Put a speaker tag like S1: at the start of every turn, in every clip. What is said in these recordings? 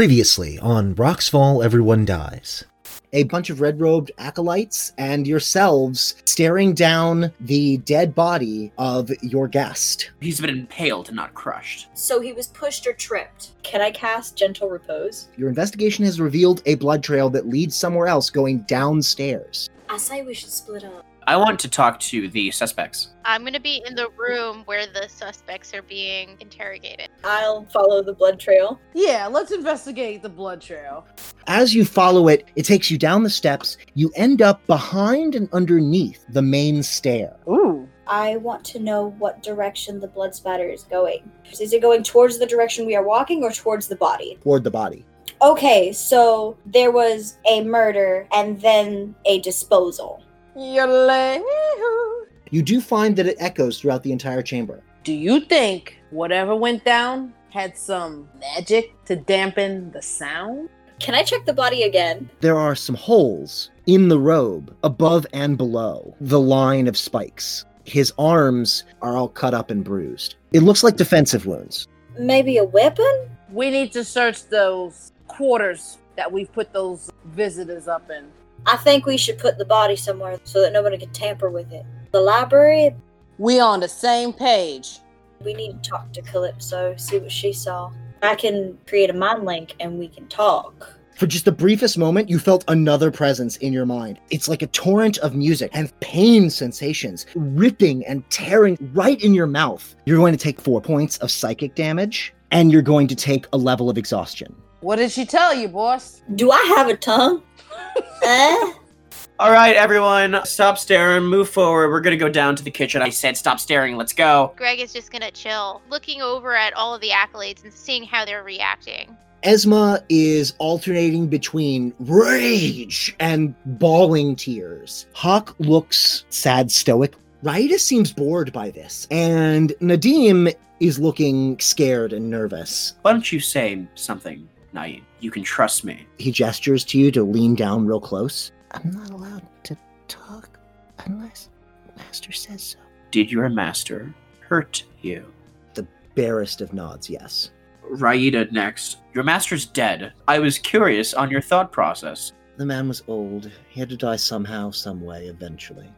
S1: Previously on Rocksfall Everyone Dies.
S2: a bunch of red robed acolytes and yourselves staring down the dead body of your guest.
S3: He's been impaled and not crushed.
S4: So he was pushed or tripped. Can I cast Gentle Repose?
S2: Your investigation has revealed a blood trail that leads somewhere else going downstairs.
S4: I say we should split up.
S3: I want to talk to the suspects.
S5: I'm gonna be in the room where the suspects are being interrogated.
S4: I'll follow the blood trail.
S6: Yeah, let's investigate the blood trail.
S2: As you follow it, it takes you down the steps. You end up behind and underneath the main stair.
S6: Ooh.
S4: I want to know what direction the blood spatter is going. Is it going towards the direction we are walking or towards the body?
S2: Toward the body.
S4: Okay, so there was a murder and then a disposal.
S6: Yodelee-hoo.
S2: You do find that it echoes throughout the entire chamber.
S6: Do you think whatever went down had some magic to dampen the sound?
S4: Can I check the body again?
S2: There are some holes in the robe, above and below the line of spikes. His arms are all cut up and bruised. It looks like defensive wounds.
S4: Maybe a weapon?
S6: We need to search those quarters that we've put those visitors up in.
S4: I think we should put the body somewhere so that nobody can tamper with it. The library?
S6: We on the same page.
S4: We need to talk to Calypso, see what she saw. I can create a mind link and we can talk.
S2: For just the briefest moment, you felt another presence in your mind. It's like a torrent of music and pain sensations, ripping and tearing right in your mouth. You're going to take four points of psychic damage, and you're going to take a level of exhaustion.
S6: What did she tell you, boss?
S4: Do I have a tongue? Eh?
S3: All right, everyone, stop staring, move forward. We're gonna go down to the kitchen. I said, stop staring, let's go.
S5: Greg is just gonna chill, looking over at all of the accolades and seeing how they're reacting.
S2: Esma is alternating between rage and bawling tears. Hawk looks sad, stoic. Raida seems bored by this, and Nadim is looking scared and nervous.
S3: Why don't you say something, Naeem? You can trust me.
S2: He gestures to you to lean down real close. I'm not allowed to talk unless Master says so.
S3: Did your master hurt you?
S2: Barest of nods, yes.
S3: Raida next. Your master's dead. I was curious on your thought process.
S2: The man was old. He had to die somehow, some way, eventually.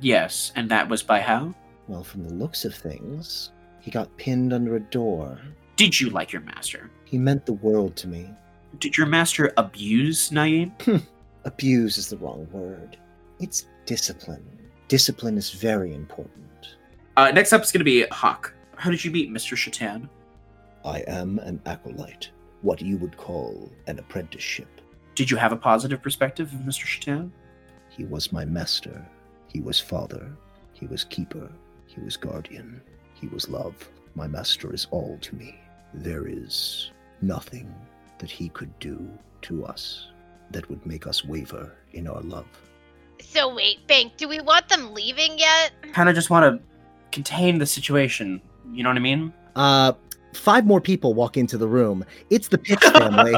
S3: Yes, and that was by how?
S2: Well, from the looks of things, he got pinned under a door.
S3: Did you like your master?
S2: He meant the world to me.
S3: Did your master abuse Naeem?
S2: abuse is the wrong word. It's discipline. Discipline is very important.
S3: Uh, next up is gonna be Hawk. How did you meet Mr. Shatan?
S2: I am an acolyte, what you would call an apprenticeship.
S3: Did you have a positive perspective of Mr. Shatan?
S2: He was my master. He was father. He was keeper. He was guardian. He was love. My master is all to me. There is nothing that he could do to us that would make us waver in our love.
S5: So wait, Bank, do we want them leaving yet?
S3: kind of just want to contain the situation. You know what I mean?
S2: Uh, five more people walk into the room. It's the Pitch family.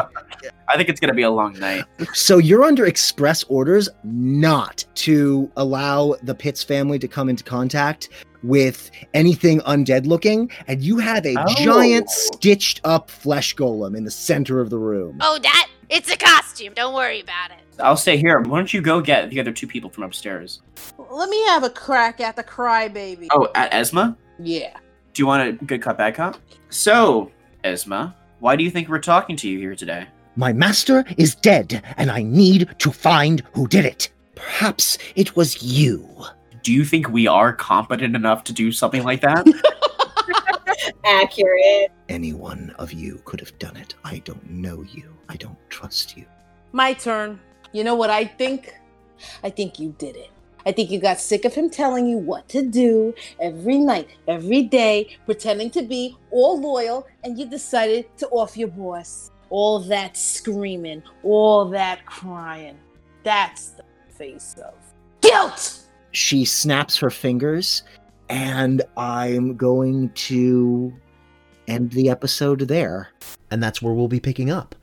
S3: I think it's gonna be a long night.
S2: So you're under express orders not to allow the Pitts family to come into contact with anything undead looking, and you have a giant
S3: Oh.
S2: stitched up flesh golem in the center of the room.
S5: Oh, that? It's a costume. Don't worry about it.
S3: I'll stay here. Why don't you go get the other two people from upstairs?
S6: Let me have a crack at the crybaby.
S3: Oh, at Esma?
S6: Yeah.
S3: Do you want a good cop, bad cop? So, Esma, why do you think we're talking to you here today?
S2: My master is dead, and I need to find who did it. Perhaps it was you.
S3: Do you think we are competent enough to do something like that?
S4: Accurate.
S2: Any one of you could have done it. I don't know you. I don't trust you.
S6: My turn. You know what I think? I think you did it. I think you got sick of him telling you what to do every night, every day, pretending to be all loyal, and you decided to off your boss. All that screaming, all that crying. That's the face of guilt!
S2: she snaps her fingers and i'm going to end the episode there
S1: And that's where we'll be picking up.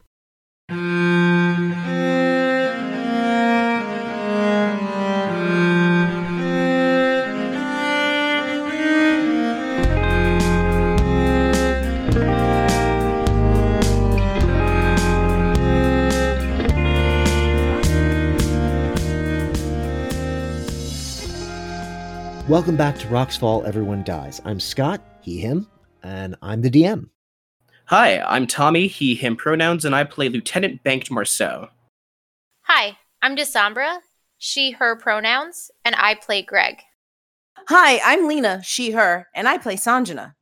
S2: Welcome back to Rocks Fall Everyone Dies. I'm Scott, he, him, and I'm the DM.
S3: Hi, I'm Tommy, he, him pronouns, and I play Lieutenant Banked Marceau.
S5: Hi, I'm Desambra, she, her pronouns, and I play Greg.
S6: Hi, I'm Lena, she, her, and I play Sanjana.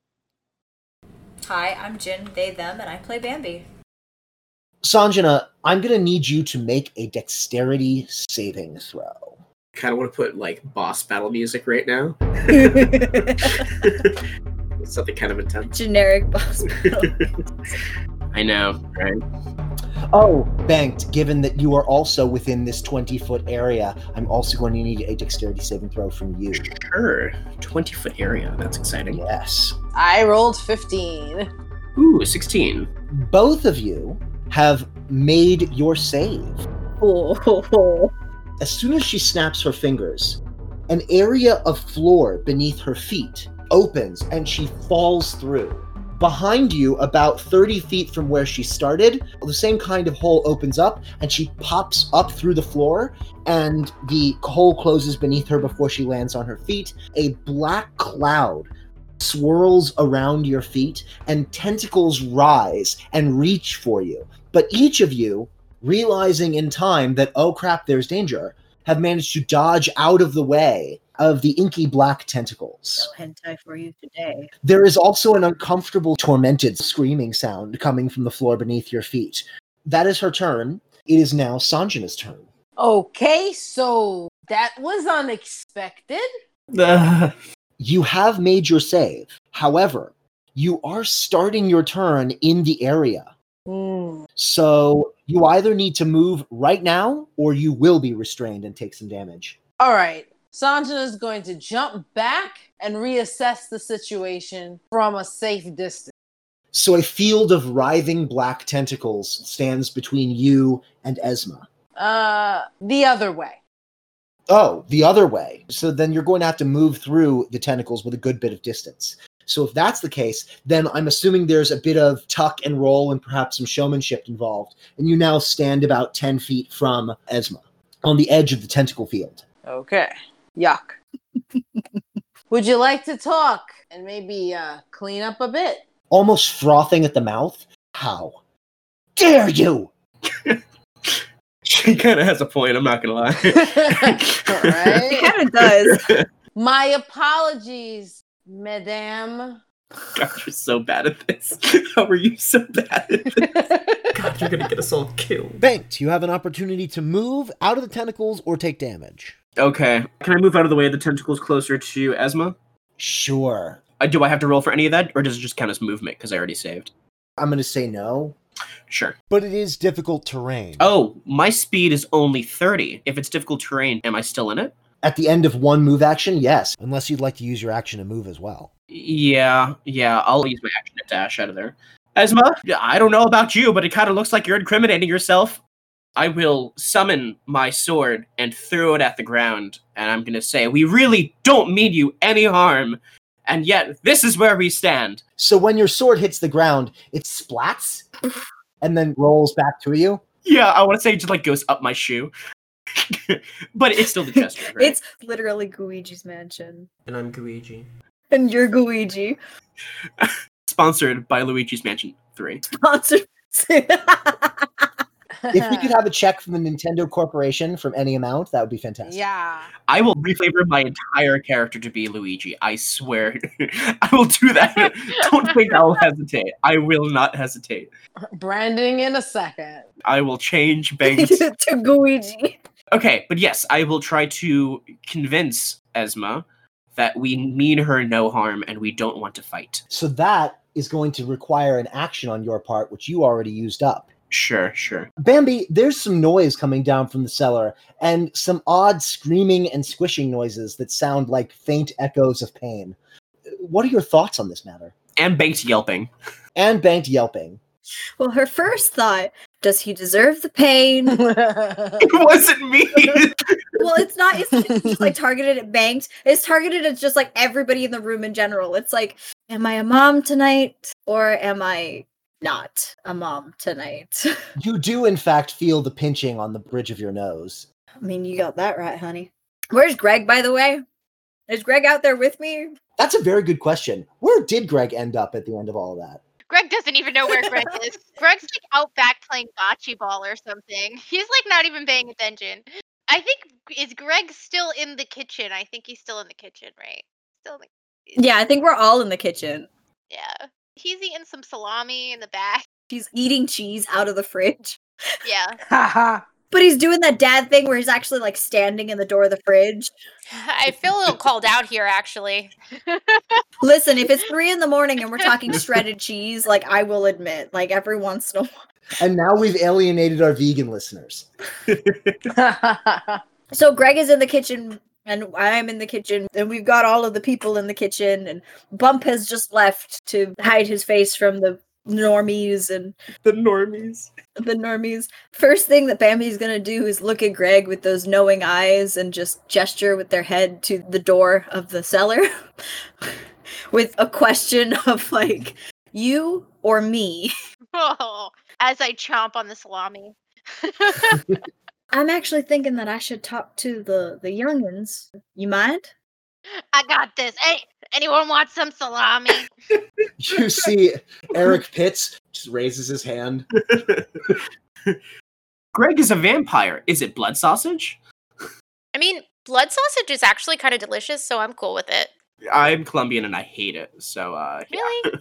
S4: Hi, I'm Jin, they, them, and I play Bambi.
S2: Sanjana, I'm going to need you to make a dexterity saving throw.
S3: Kind of want to put like boss battle music right now. Something kind of intense.
S4: Generic boss.
S3: I know, right?
S2: Oh, banked, given that you are also within this 20 foot area, I'm also going to need a dexterity saving throw from you.
S3: Sure. 20 foot area. That's exciting.
S2: Yes.
S6: I rolled 15.
S3: Ooh, 16.
S2: Both of you have made your save.
S4: oh.
S2: As soon as she snaps her fingers, an area of floor beneath her feet opens and she falls through. Behind you, about 30 feet from where she started, the same kind of hole opens up and she pops up through the floor, and the hole closes beneath her before she lands on her feet. A black cloud swirls around your feet, and tentacles rise and reach for you. But each of you, realizing in time that, oh crap, there's danger, have managed to dodge out of the way of the inky black tentacles.
S4: hentai for you today.
S2: There is also an uncomfortable, tormented screaming sound coming from the floor beneath your feet. That is her turn. It is now Sanjana's turn.
S6: Okay, so that was unexpected.
S2: You have made your save. However, you are starting your turn in the area.
S6: Hmm.
S2: So you either need to move right now or you will be restrained and take some damage.
S6: All right. Sanjana is going to jump back and reassess the situation from a safe distance.
S2: So a field of writhing black tentacles stands between you and Esma.
S6: Uh, the other way.
S2: Oh, the other way. So then you're going to have to move through the tentacles with a good bit of distance. So if that's the case, then I'm assuming there's a bit of tuck and roll and perhaps some showmanship involved. And you now stand about 10 feet from Esma on the edge of the tentacle field.
S6: Okay. Yuck. Would you like to talk and maybe uh, clean up a bit?
S2: Almost frothing at the mouth. How dare you?
S3: she kind of has a point. I'm not going to lie.
S6: All
S7: It
S6: right.
S7: kind of does.
S6: My apologies, madame.
S3: God, you're so bad at this. How are you so bad at this? God, you're going to get us all killed.
S2: Banked, you have an opportunity to move out of the tentacles or take damage.
S3: Okay. Can I move out of the way of the tentacles closer to Esma?
S2: Sure.
S3: Uh, do I have to roll for any of that, or does it just count as movement because I already saved?
S2: I'm going to say no,
S3: Sure.
S2: but it is difficult terrain.
S3: Oh, my speed is only 30. If it's difficult terrain, am I still in it?
S2: At the end of one move action, yes. Unless you'd like to use your action to move as well.
S3: Yeah, yeah. I'll use my action to dash out of there. Esma, I don't know about you, but it kind of looks like you're incriminating yourself. I will summon my sword and throw it at the ground, and I'm gonna say, We really don't mean you any harm, and yet this is where we stand.
S2: So when your sword hits the ground, it splats and then rolls back to you.
S3: Yeah, I want to say it just like goes up my shoe, but it's still the gesture. Right?
S7: It's literally Guigi's mansion.
S8: And I'm Guiji.
S7: And you're Guigi.
S3: sponsored by Luigi's Mansion 3.
S7: Sponsored.
S2: If we could have a check from the Nintendo Corporation from any amount, that would be fantastic.
S6: yeah.
S3: I will reflavor my entire character to be Luigi. I swear. I will do that. Don't think I'll hesitate. I will not hesitate.
S6: Branding in a second.
S3: I will change banks.
S7: to Guigi.
S3: okay, but yes, I will try to convince Esma that we mean her no harm and we don't want to fight.
S2: So that is going to require an action on your part, which you already used up.
S3: Sure, sure.
S2: Bambi, there's some noise coming down from the cellar and some odd screaming and squishing noises that sound like faint echoes of pain. What are your thoughts on this matter?
S3: And Banks yelping.
S2: And banked yelping.
S7: Well, her first thought does he deserve the pain?
S3: It wasn't me.
S7: well, it's not, it's it's just like targeted at banked. It's targeted at just like everybody in the room in general. It's like, am I a mom tonight or am I not a mom um, tonight?
S2: You do, in fact, feel the pinching on the bridge of your nose.
S7: I mean, you got that right, honey. Where's Greg, by the way? Is Greg out there with me?
S2: That's a very good question. Where did Greg end up at the end of all of that?
S5: Greg doesn't even know where Greg is. Greg's like out back playing bocce ball or something. He's like not even paying attention. I think is Greg still in the kitchen? I think he's still in the kitchen, right? Still in the
S7: Yeah, I think we're all in the kitchen.
S5: yeah. He's eating some salami in the back.
S7: She's eating cheese out of the fridge.
S5: Yeah.
S6: Haha.
S7: But he's doing that dad thing where he's actually like standing in the door of the fridge.
S5: I feel a little called out here actually.
S7: Listen, if it's three in the morning and we're talking shredded cheese, like I will admit, like every once in a while.
S2: And now we've alienated our vegan listeners.
S7: So Greg is in the kitchen and I'm in the kitchen and we've got all of the people in the kitchen and Bump has just left to hide his face from the normies and
S3: The normies.
S7: the normies. First thing that Bambi's gonna do is look at Greg with those knowing eyes and just gesture with their head to the door of the cellar with a question of like, you or me?
S5: Oh, as I chomp on the salami.
S7: I'm actually thinking that I should talk to the the youngins. You mind?
S5: I got this. Hey, anyone want some salami?
S2: You see Eric Pitts just raises his hand.
S3: Greg is a vampire. Is it blood sausage?
S5: I mean, blood sausage is actually kind of delicious, so I'm cool with it.
S3: I'm Colombian and I hate it. So uh yeah.
S5: Really?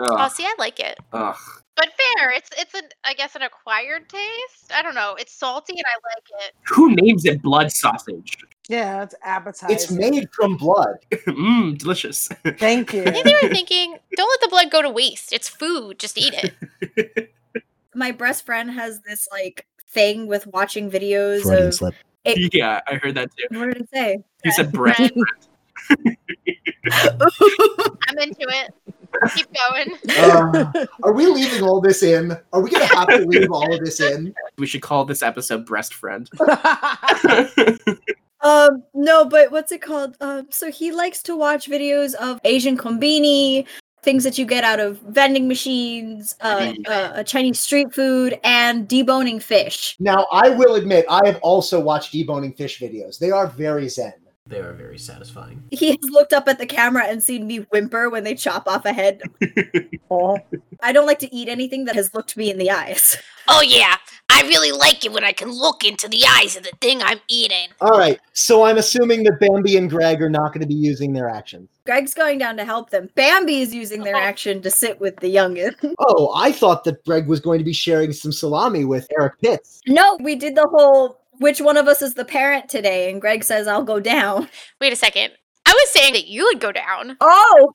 S5: Oh,
S3: Ugh,
S5: see, I like it.
S3: ugh.
S5: But fair, it's it's an I guess an acquired taste. I don't know. It's salty and I like it.
S3: Who names it blood sausage?
S6: yeah, it's appetizing.
S2: It's made from blood.
S3: Mmm, delicious.
S6: Thank you.
S5: I think they were thinking, don't let the blood go to waste. It's food. Just eat it.
S7: My best friend has this like thing with watching videos
S9: Freudian
S7: of
S9: slip.
S3: yeah, I heard that too.
S7: what did it say?
S3: He said bread.
S5: Bread. I'm into it. Keep going.
S2: Uh, are we leaving all this in? Are we going to have to leave all of this in?
S3: We should call this episode breast friend.
S7: Um, no, but what's it called? Um, so he likes to watch videos of Asian kombini, things that you get out of vending machines, uh,
S3: Mhm.
S7: uh, uh, Chinese street food, and deboning fish.
S2: Now, I will admit, I have also watched deboning fish videos. They are very zen.
S3: They are very satisfying.
S7: He has looked up at the camera and seen me whimper when they chop off a head.
S6: Oh.
S7: I don't like to eat anything that has looked me in the eyes.
S5: Oh yeah, I really like it when I can look into the eyes of the thing I'm eating.
S2: All right. So I'm assuming that Bambi and Greg are not going to be using their actions.
S7: Greg's going down to help them. Bambi is using their
S5: Oh.
S7: action to sit with the youngin.
S2: Oh, I thought that Greg was going to be sharing some salami with Eric Pitts.
S7: no, we did the whole which one of us is the parent today, and Greg says I'll go down.
S5: Wait a second. I was saying that you would go down.
S7: Oh,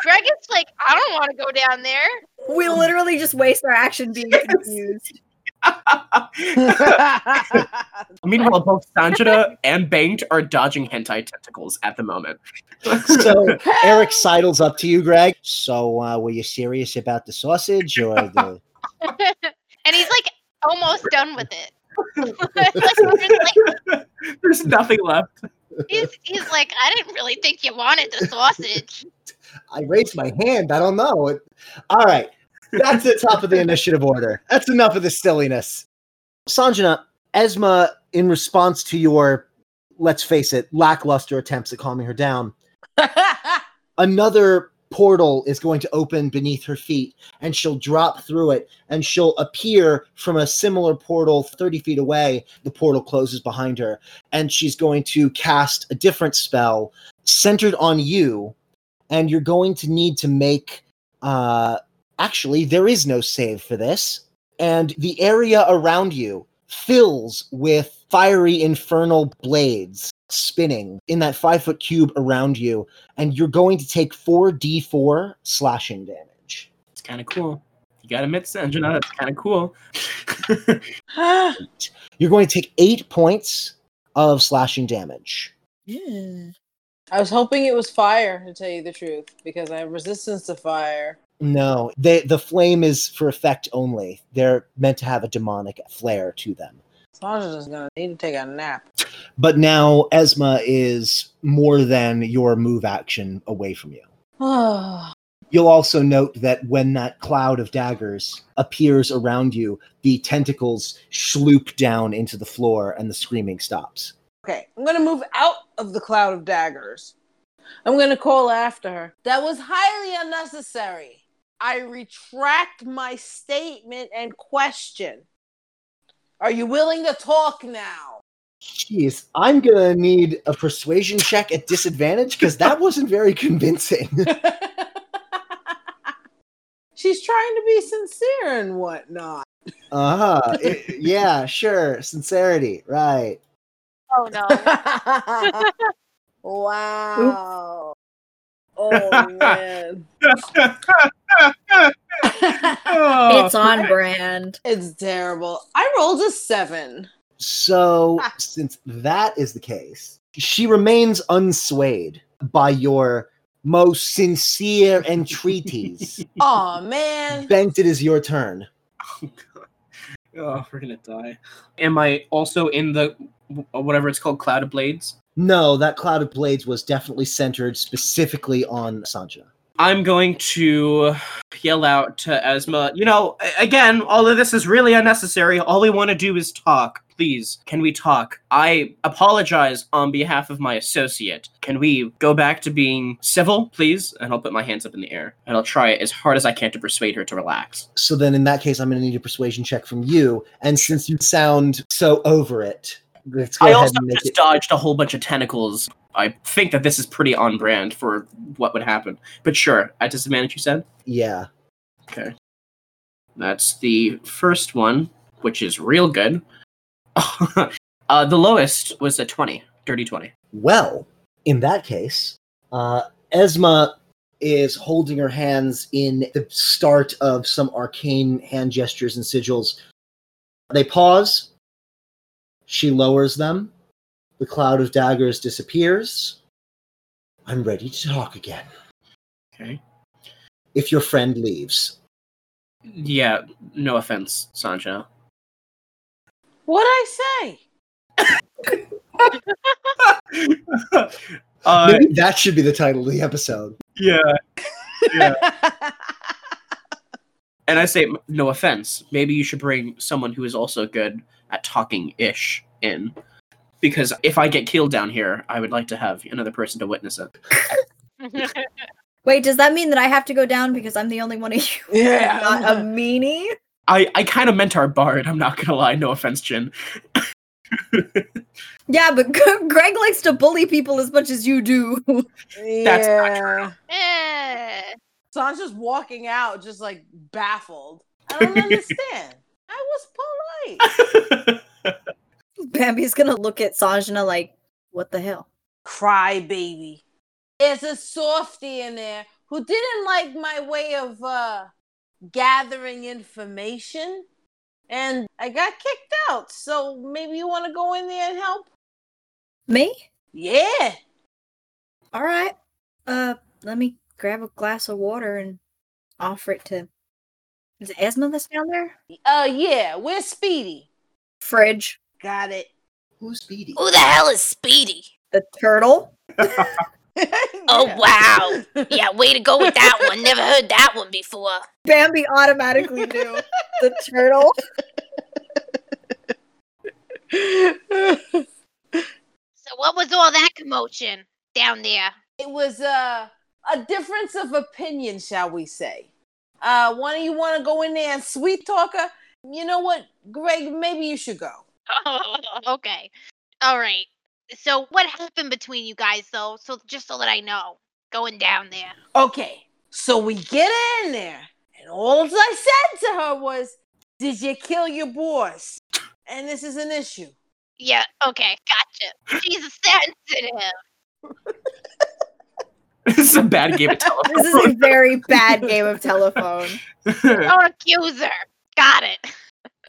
S5: Greg is like, I don't want to go down there.
S7: we literally just waste our action being confused.
S3: Meanwhile, both Sanjita and Banked are dodging hentai tentacles at the moment.
S2: So Eric sidles up to you, Greg. So uh, were you serious about the sausage or the.
S5: and he's like almost done with it. Like, he's like-
S3: There's nothing left.
S5: he's, he's like, I didn't really think you wanted the sausage.
S2: I raised my hand. I don't know. It- all right. Back to the top of the initiative order. That's enough of the silliness. Sanjana, Esma, in response to your, let's face it, lackluster attempts at calming her down, another portal is going to open beneath her feet and she'll drop through it and she'll appear from a similar portal 30 feet away. The portal closes behind her and she's going to cast a different spell centered on you. And you're going to need to make. Uh, actually, there is no save for this. And the area around you fills with fiery infernal blades spinning in that five foot cube around you and you're going to take 4d4 slashing damage.
S3: It's kind of cool. You gotta admit, Sanjana, it's kind of cool.
S2: You're going to take eight points of slashing damage.
S6: I was hoping it was fire, to tell you the truth, because I have resistance to fire.
S2: No, they, the flame is for effect only. They're meant to have a demonic flair to them.
S6: Sanja's gonna need to take a nap.
S2: But now Esma is more than your move action away from you.
S6: Oh,
S2: You'll also note that when that cloud of daggers appears around you, the tentacles sloop down into the floor and the screaming stops.
S6: okay, I'm gonna move out of the cloud of daggers. I'm going to call after her. That was highly unnecessary. I retract my statement and question. Are you willing to talk now?
S2: Jeez, I'm gonna need a persuasion check at disadvantage because that wasn't very convincing.
S6: She's trying to be sincere and whatnot.
S2: Uh huh. Yeah, sure. Sincerity, right?
S5: Oh no.
S6: wow. Oh, man.
S3: Oh,
S7: it's on brand.
S6: It's terrible. I rolled a seven.
S2: So, since that is the case, she remains unswayed by your most sincere entreaties.
S6: Oh, man.
S2: Bent, it is your turn.
S3: Oh, God. Oh, we're gonna die. Am I also in the whatever it's called, cloud of blades?
S2: No, that cloud of blades was definitely centered specifically on Sanjay.
S3: I'm going to yell out to Esma, you know, a- again, all of this is really unnecessary. All we want to do is talk. Please, can we talk? I apologize on behalf of my associate. Can we go back to being civil, please? And I'll put my hands up in the air and I'll try as hard as I can to persuade her to relax.
S2: So then, in that case, I'm going to need a persuasion check from you. And since you sound so over it, let's go
S3: I
S2: ahead
S3: also
S2: and make
S3: just
S2: it.
S3: dodged a whole bunch of tentacles. I think that this is pretty on brand for what would happen. But sure, at disadvantage, you said?
S2: Yeah.
S3: Okay. That's the first one, which is real good. uh, the lowest was a 20, dirty 20.
S2: Well, in that case, uh, Esma is holding her hands in the start of some arcane hand gestures and sigils. They pause. She lowers them. The cloud of daggers disappears. I'm ready to talk again.
S3: Okay.
S2: If your friend leaves,
S3: Yeah, no offense, Sancho.
S6: What'd I say?
S3: Uh,
S2: maybe that should be the title of the episode.
S3: yeah. And I say, m- no offense. Maybe you should bring someone who is also good at talking ish in. Because if I get killed down here, I would like to have another person to witness it.
S7: Wait, does that mean that I have to go down because I'm the only one of you?
S6: yeah.
S7: Not a meanie.
S3: I, I kind of meant our bard, I'm not going to lie. No offense, Jin.
S7: Yeah, but Greg likes to bully people as much as you do.
S3: That's not
S6: yeah.
S5: Eh.
S6: Sanja's walking out just like baffled. I don't understand. I was polite.
S7: Bambi's gonna look at Sanjana like, what the hell?
S6: Cry baby. There's a softy in there who didn't like my way of uh gathering information. And I got kicked out. So maybe you want to go in there and help?
S7: Me?
S6: Yeah.
S7: All right. Uh, let me grab a glass of water and offer it to. Is it Esma that's down there?
S6: Uh yeah, we're speedy.
S7: Fridge.
S6: Got it.
S2: Who's Speedy?
S8: Who the hell is Speedy?
S7: The turtle.
S8: Oh, wow. Yeah, way to go with that one. Never heard that one before.
S7: Bambi automatically knew the turtle.
S6: it
S5: So what was all that commotion down there?
S6: was uh, a difference of opinion, shall we say. Uh, one of you want to go in there and sweet talker? You know what, Greg? Maybe you should go.
S5: okay. All right. So what happened between you guys though? So just so that I know going down there.
S6: Okay, so we get in there, and all I said to her was, Did you kill your boys? And this is an issue.
S5: Yeah, okay, gotcha. She's sensitive.
S3: this is a bad game of telephone.
S7: This is a very bad game of telephone.
S5: Don't accuse her. Got it.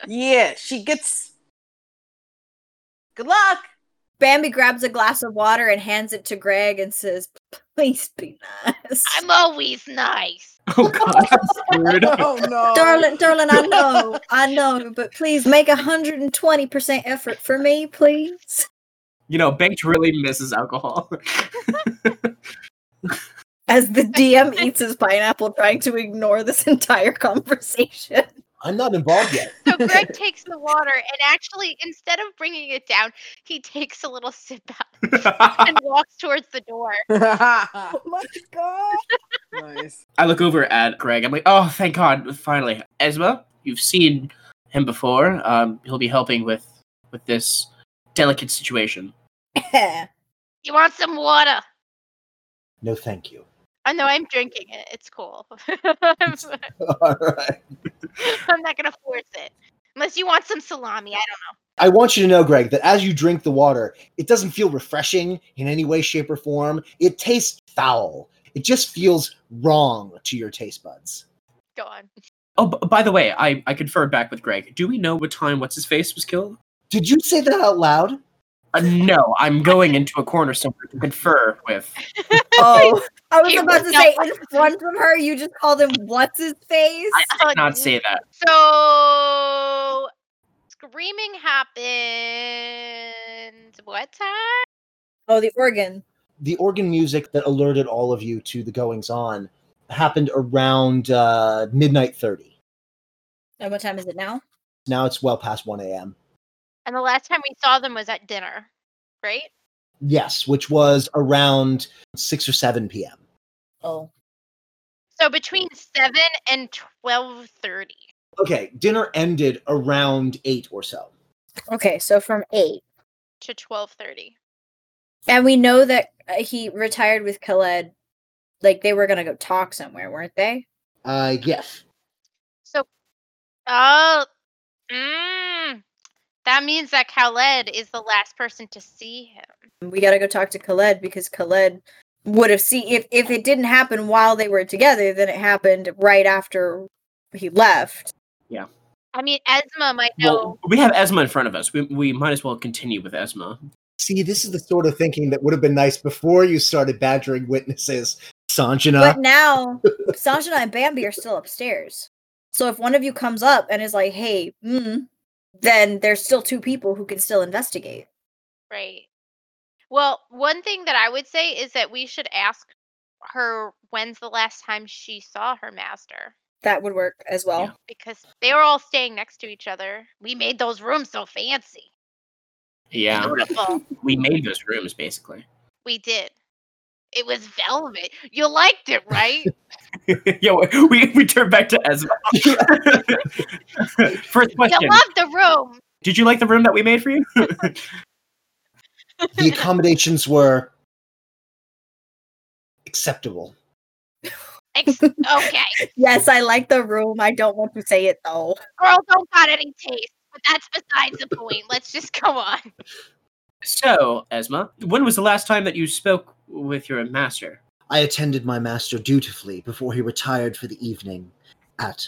S6: yeah, she gets. Good luck.
S7: Bambi grabs a glass of water and hands it to Greg and says, "Please be nice,
S5: I'm always nice.
S3: oh god, I'm screwed.
S6: Oh, no.
S7: darling, darling. I know, I know, but please make a hundred and twenty percent effort for me, please."
S3: You know, Banked really misses alcohol.
S7: As the DM eats his pineapple, trying to ignore this entire conversation.
S2: I'm not involved yet.
S5: So Greg takes the water and actually, instead of bringing it down, he takes a little sip out and walks towards the door.
S7: Oh my god.
S6: nice.
S3: I look over at Greg. I'm like, oh, thank God, finally. Esma, you've seen him before. Um, he'll be helping with with this delicate situation.
S5: You want some water?
S2: No, thank you.
S5: I know I'm drinking it. It's cool. I'm,
S2: All right.
S5: I'm not gonna force it unless you want some salami. I
S2: I want you to know, Greg, that as you drink the water, it doesn't feel refreshing in any way, shape, or form. It tastes foul. It just feels wrong to your taste buds.
S5: don't go on.
S3: Oh, b- by the way, I, I conferred back with Greg. Do we know what time What's His Face was killed?
S2: Did you say that out loud?
S3: Uh, no, I'm going into a corner somewhere to confer with.
S7: Oh, I was
S5: He
S7: about to
S5: was not
S7: say,
S5: like-
S7: just one from her, you just called him what's his face?
S5: I- I-
S3: Did not say that.
S5: So screaming happened. What time?
S7: Oh, the organ.
S2: The organ music that alerted all of you to the goings on happened around uh, midnight 30.
S7: And what time is it now?
S2: Now it's well past 1 a.m.
S5: And the last time we saw them was at dinner, right?
S2: Yes, which was around 6 or 7 p.m.
S7: Oh.
S5: So between seven and twelve thirty.
S2: Okay, dinner ended around 8 or so.
S7: Okay, so from eight.
S5: to twelve thirty.
S7: And we know that uh, he retired with Khaled. Like they were gonna go talk somewhere, weren't they?
S2: Uh, yes.
S5: So, oh, mm, that means that Khaled is the last person to see him.
S7: We gotta go talk to Khaled because Khaled would have seen if if it didn't happen while they were together, then it happened right after he left.
S5: I mean, Esma might know.
S3: Well, we have Esma in front of us. We, we might as well continue with Esma.
S2: See, this is the sort of thinking that would have been nice before you started badgering witnesses, Sanjana.
S7: But now Sanjana and Bambi are still upstairs. So if one of you comes up and is like, "Hey," mm, then there's still two people who can still investigate.
S5: Right. Well, one thing that I would say is that we should ask her when's the last time she saw her master
S7: That would work as well.
S5: because they were all staying next to each other. We made those rooms so fancy.
S3: Yeah,
S5: Beautiful.
S3: we made those rooms basically.
S5: we did. It was velvet. You liked it, right?
S3: yeah, we, we turn back to Esma. First
S5: you
S3: question:
S5: loved the room.
S3: Did you like the room that we made for you?
S2: the accommodations were acceptable.
S5: Ex- okay.
S7: Yes, I like the room. I don't want to say it though.
S5: girl don't got any taste, but that's besides the point. Let's just go on.
S3: So, Esma, when was the last time that you spoke with your master?
S2: I attended my master dutifully before he retired for the evening at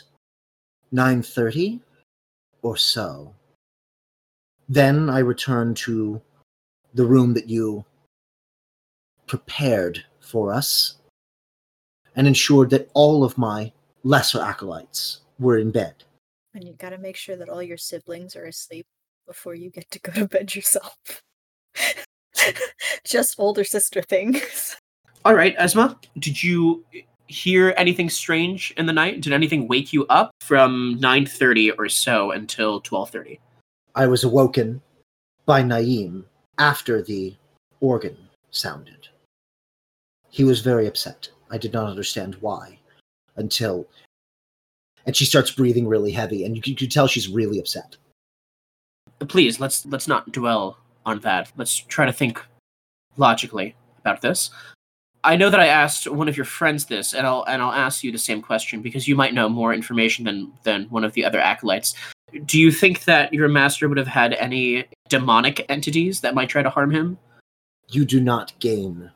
S2: 9:30 or so. Then I returned to the room that you prepared for us and ensured that all of my lesser acolytes were in bed.
S7: And you gotta make sure that all your siblings are asleep before you get to go to bed yourself. Just older sister things.
S3: All right, Esma, did you hear anything strange in the night? Did anything wake you up from 9:30 or so until 12:30?
S2: I was awoken by Naim after the organ sounded. He was very upset. I did not understand why until. And she starts breathing really heavy, and you can, you can tell she's really upset.
S3: Please, let's let's not dwell on that. Let's try to think logically about this. I know that I asked one of your friends this, and I'll and I'll ask you the same question because you might know more information than than one of the other acolytes. Do you think that your master would have had any demonic entities that might try to harm him?
S2: You do not gain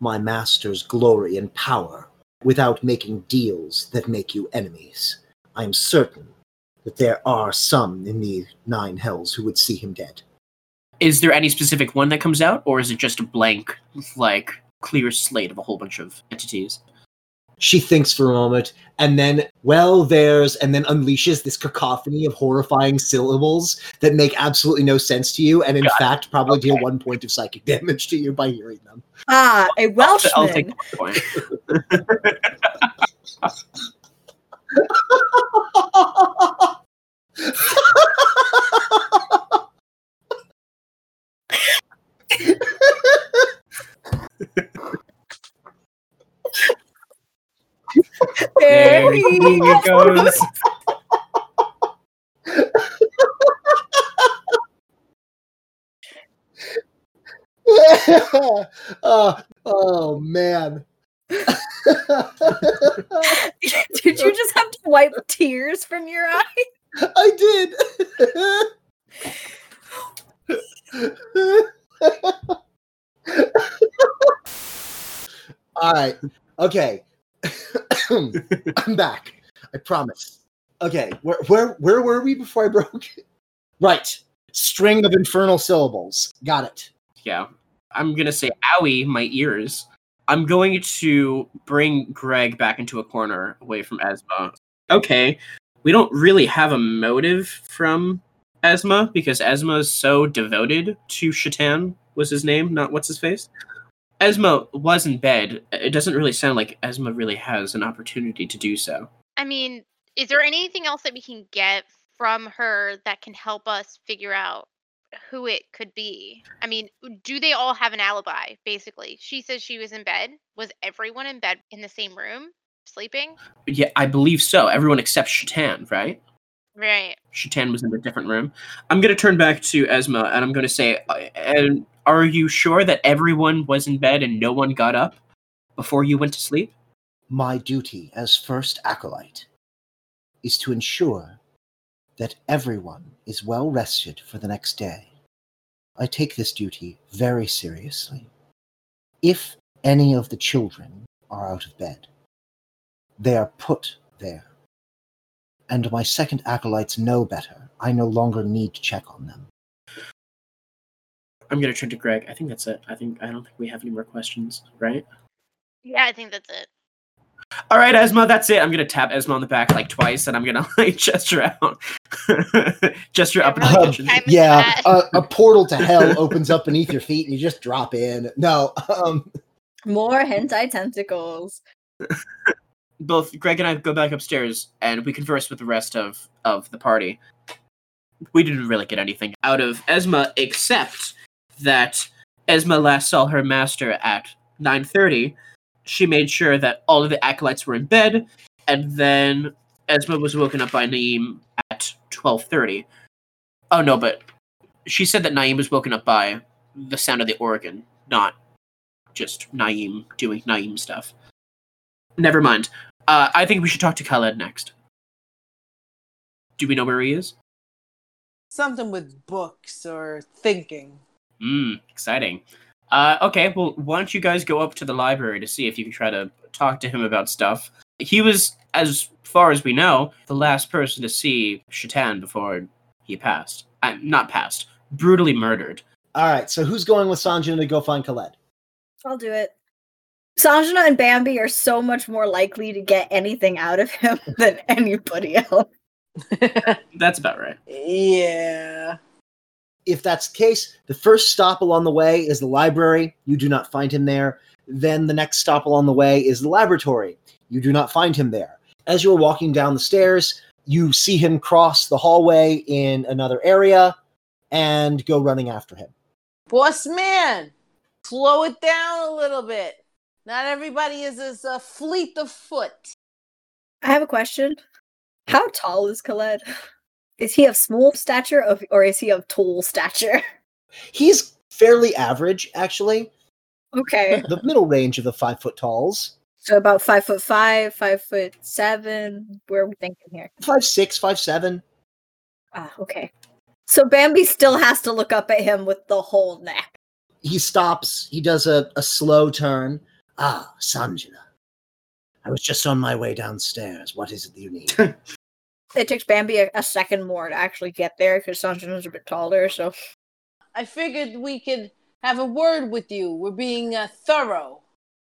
S2: my master's glory and power without making deals that make you enemies. I am certain that there are some in the nine hells who would see him dead.
S3: is there any specific one that comes out or is it just a blank like clear slate of a whole bunch of entities
S2: She thinks for a moment and then, well, there's, and then unleashes this cacophony of horrifying syllables that make absolutely no sense to you. And in
S3: Got it.
S2: fact, probably deal
S3: Okay.
S2: one point of psychic damage to you by hearing them.
S7: Ah, a
S3: I'll-
S7: Welshman.
S3: I'll, take the one point
S2: Oh,
S3: There it goes.
S2: oh, oh man.
S7: Did you just have to wipe tears from your eye?
S2: I did. All right. Okay. I'm back. I promise. Okay. Where where where were we before I broke? Right. String of infernal syllables. Got it.
S3: yeah, I'm gonna say owie, my ears. I'm going to bring Greg back into a corner away from Asma. Okay, we don't really have a motive from Asma because Asma is so devoted to Shatan, was his name, not what's his face. Asma was in bed. It doesn't really sound like Asma really has an opportunity to do so.
S5: I mean, is there anything else that we can get from her that can help us figure out who it could be? I mean, do they all have an alibi, basically? She says she was in bed. Was everyone in bed in the same room, sleeping?
S3: Yeah, I believe so. Everyone except Shatan, right?
S5: Right.
S3: Shatan was in a different room. I'm going to turn back to Esma and I'm going to say, "Uh, and are you sure that everyone was in bed and no one got up before you went to sleep?
S2: My duty as first acolyte is to ensure that everyone is well rested for the next day. I take this duty very seriously. If any of the children are out of bed, they are put there. And my second acolytes know better. I no longer need to check on them.
S3: I'm going to turn to Greg. I think that's it. I think I don't think we have any more questions, right?
S5: Yeah, I think that's it.
S3: All right, Esma, that's it. I'm going to tap Esma on the back like twice and I'm going to like gesture out. gesture up. in
S5: Really
S3: the
S2: Um,
S5: good
S3: kitchen.
S5: timing for
S2: yeah,
S5: that.
S2: a, a portal to hell opens up beneath your feet and you just drop in. No, um,
S7: More hentai tentacles.
S3: both Greg and I go back upstairs and we converse with the rest of of the party. We didn't really get anything out of Esma except that Esma last saw her master at 9:30. She made sure that all of the acolytes were in bed and then Esma was woken up by Naeem at 12:30. Oh no, but she said that Naeem was woken up by the sound of the organ, not just Naeem doing Naeem stuff. Never mind. Uh, I think we should talk to Khaled next. Do we know where he is?
S6: Something with books or thinking.
S3: Mm, exciting. Uh, okay, well, why don't you guys go up to the library to see if you can try to talk to him about stuff? He was, as far as we know, the last person to see Shatan before he passed. Uh, not passed, brutally murdered.
S2: all right. So who's going with Sanjana to go find Khaled?
S7: I'll do it. Sanjana and Bambi are so much more likely to get anything out of him than anybody else.
S3: That's about right.
S6: yeah.
S2: if that's the case, the first stop along the way is the library. You do not find him there. Then the next stop along the way is the laboratory. You do not find him there. As you're walking down the stairs, you see him cross the hallway in another area and go running after him.
S6: Boss man, slow it down a little bit. Not everybody is as uh, fleet of foot.
S7: I have a question. How tall is Khaled? Is he of small stature of, or is he of tall stature?
S2: He's fairly average, actually,
S7: Okay.
S2: the middle range of the five foot talls.
S7: So about five foot five, five foot seven. Where are we thinking here?
S2: Five six, five seven.
S7: Ah, okay. So Bambi still has to look up at him with the whole neck.
S2: He stops. He does a, a slow turn. Ah, Sanjana. I was just on my way downstairs. What is it that you need?
S7: It takes Bambi a, a second more to actually get there because Sanjana's a bit taller. So
S6: I figured we could have a word with you. We're being uh, thorough.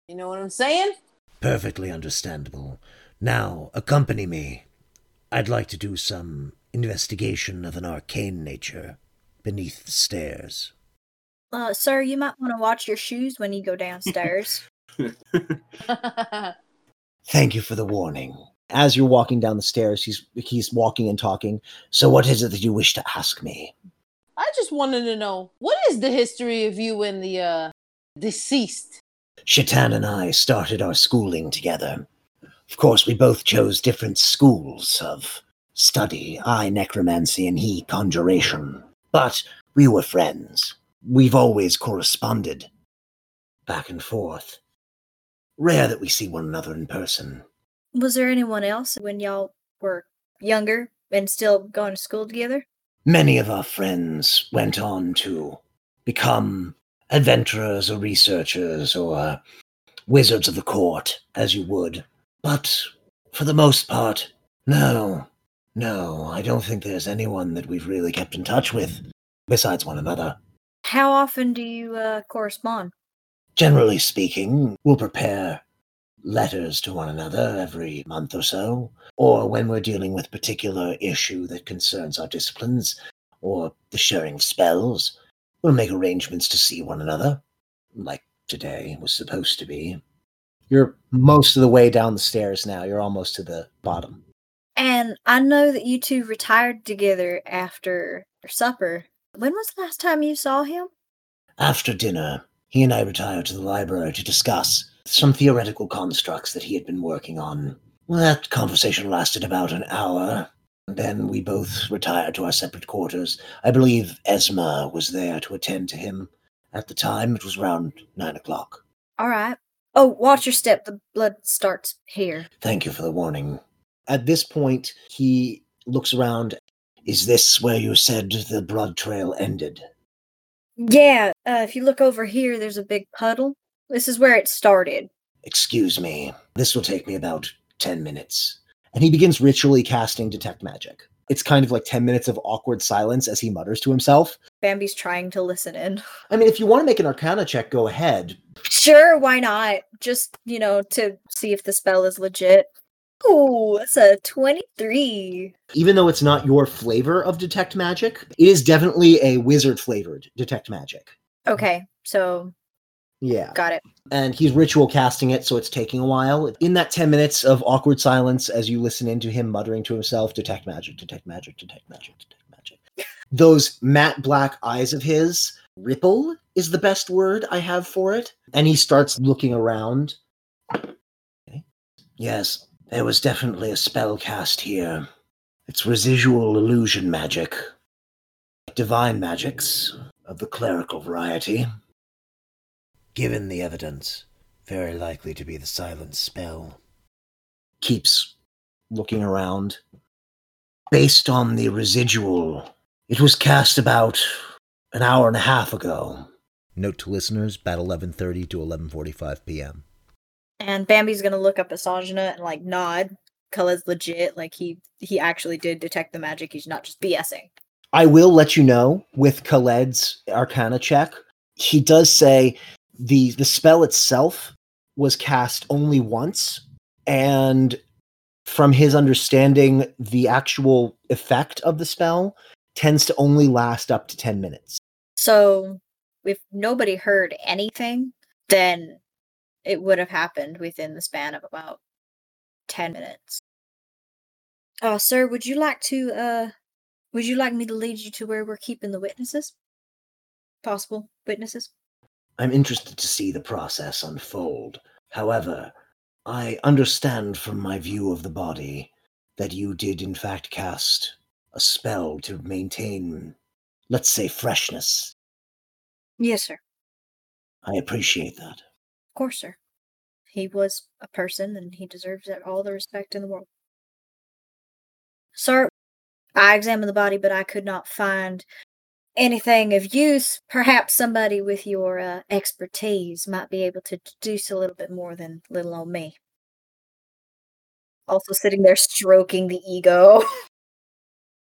S6: You know what I'm saying?
S9: Perfectly understandable. Now, accompany me. I'd like to do some investigation of an arcane nature beneath the stairs.
S7: Uh, sir, you might want to watch your shoes when you go downstairs.
S2: Thank you for the warning. As you're walking down the stairs, he's he's walking and talking. So what is it that you wish to ask me?
S6: I just wanted to know what is the history of you and the uh, deceased?
S2: Shaitan and I started our schooling together. Of course, we both chose different schools of study I necromancy and he conjuration. But we were friends. We've always corresponded back and forth. Rare that we see one another in person.
S7: Was there anyone else when y'all were younger and still going to school together?
S2: Many of our friends went on to become adventurers or researchers or uh, wizards of the court, as you would. But for the most part, no, no, I don't think there's anyone that we've really kept in touch with besides one another.
S7: How often do you uh, correspond?
S2: Generally speaking, we'll prepare letters to one another every month or so, or when we're dealing with particular issue that concerns our disciplines or the sharing of spells, we'll make arrangements to see one another, like today was supposed to be. You're most of the way down the stairs now. You're almost to the bottom.
S7: And I know that you two retired together after supper. When was the last time you saw him?
S2: After dinner, he and I retired to the library to discuss some theoretical constructs that he had been working on. Well, that conversation lasted about an hour. Then we both retired to our separate quarters. I believe Esma was there to attend to him. At the time, it was around nine o'clock.
S7: All right. Oh, watch your step. The blood starts here.
S2: Thank you for the warning. At this point, he looks around. Is this where you said the blood trail ended?
S7: Yeah. Uh, if you look over here, there's a big puddle. This is where it started.
S2: Excuse me. This will take me about 10 minutes. And he begins ritually casting detect magic. It's kind of like 10 minutes of awkward silence as he mutters to himself.
S7: Bambi's trying to listen in.
S2: I mean, if you want to make an arcana check, go ahead.
S7: Sure, why not? Just, you know, to see if the spell is legit. Ooh, that's a 23.
S2: Even though it's not your flavor of detect magic, it is definitely a wizard flavored detect magic.
S7: Okay, so
S2: Yeah.
S7: got it.
S2: and he's ritual casting it, so it's taking a while. In that 10 minutes of awkward silence, as you listen into him muttering to himself, detect magic, detect magic, detect magic, detect magic, those matte black eyes of his ripple is the best word I have for it. And he starts looking around. Okay. Yes, there was definitely a spell cast here. It's residual illusion magic, divine magics of the clerical variety. Given the evidence, very likely to be the silent spell. Keeps looking around. Based on the residual, it was cast about an hour and a half ago.
S9: Note to listeners: about 11:30 to 11:45 p.m.
S7: And Bambi's gonna look up Asajna and like nod. Kala's legit. Like he he actually did detect the magic. He's not just BSing.
S2: I will let you know with Khaled's Arcana check. He does say the the spell itself was cast only once, and from his understanding, the actual effect of the spell tends to only last up to ten minutes.
S7: So if nobody heard anything, then it would have happened within the span of about ten minutes. Uh sir, would you like to uh would you like me to lead you to where we're keeping the witnesses? Possible witnesses?
S2: I'm interested to see the process unfold. However, I understand from my view of the body that you did, in fact, cast a spell to maintain, let's say, freshness.
S7: Yes, sir.
S2: I appreciate that.
S7: Of course, sir. He was a person and he deserves it all the respect in the world. Sir, I examined the body, but I could not find anything of use. Perhaps somebody with your uh, expertise might be able to deduce a little bit more than little old me. Also, sitting there stroking the ego.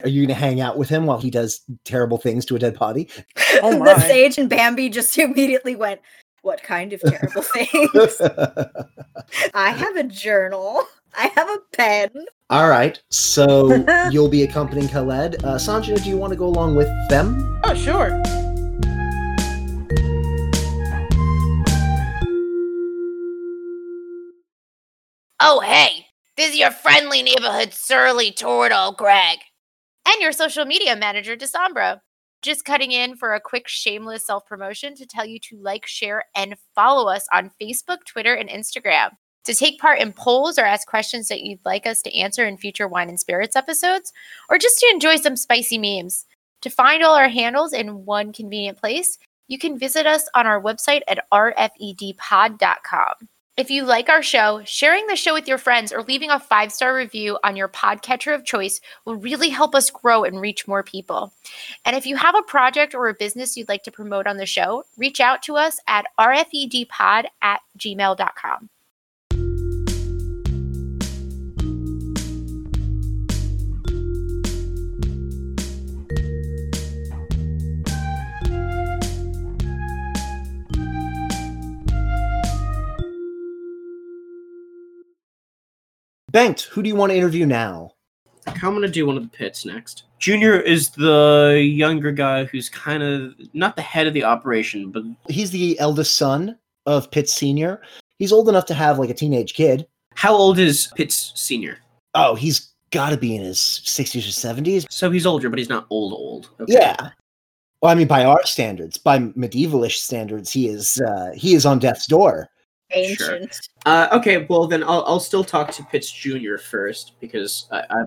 S2: Are you going to hang out with him while he does terrible things to a dead body?
S6: Oh
S7: the
S6: my.
S7: sage and Bambi just immediately went, What kind of terrible things? I have a journal, I have a pen.
S2: All right, so you'll be accompanying Khaled. Uh, Sanjana, do you want to go along with them?
S6: Oh, sure.
S8: Oh, hey, This is your friendly neighborhood surly turtle, Greg.
S5: and your social media manager, Desambro. Just cutting in for a quick shameless self promotion to tell you to like, share, and follow us on Facebook, Twitter, and Instagram. To take part in polls or ask questions that you'd like us to answer in future Wine and Spirits episodes, or just to enjoy some spicy memes. To find all our handles in one convenient place, you can visit us on our website at E rfedpod.com. If you like our show, sharing the show with your friends or leaving a five star review on your podcatcher of choice will really help us grow and reach more people. And if you have a project or a business you'd like to promote on the show, reach out to us at rfedpod at gmail.com.
S2: Banked, who do you want to interview now?
S3: I'm gonna do one of the pits next. Junior is the younger guy who's kind of not the head of the operation, but
S2: He's the eldest son of Pitt Sr. He's old enough to have like a teenage kid.
S3: how old is Pitts senior?
S2: Oh, he's got to be in his 60s or 70s.
S3: So he's older, but he's not old old. Okay.
S2: Yeah. Well, I mean, by our standards, by medievalish standards, he is uh, he is on death's door.
S7: Ancient.
S3: Uh, okay, well then I'll I'll still talk to Pitts Junior first because I, I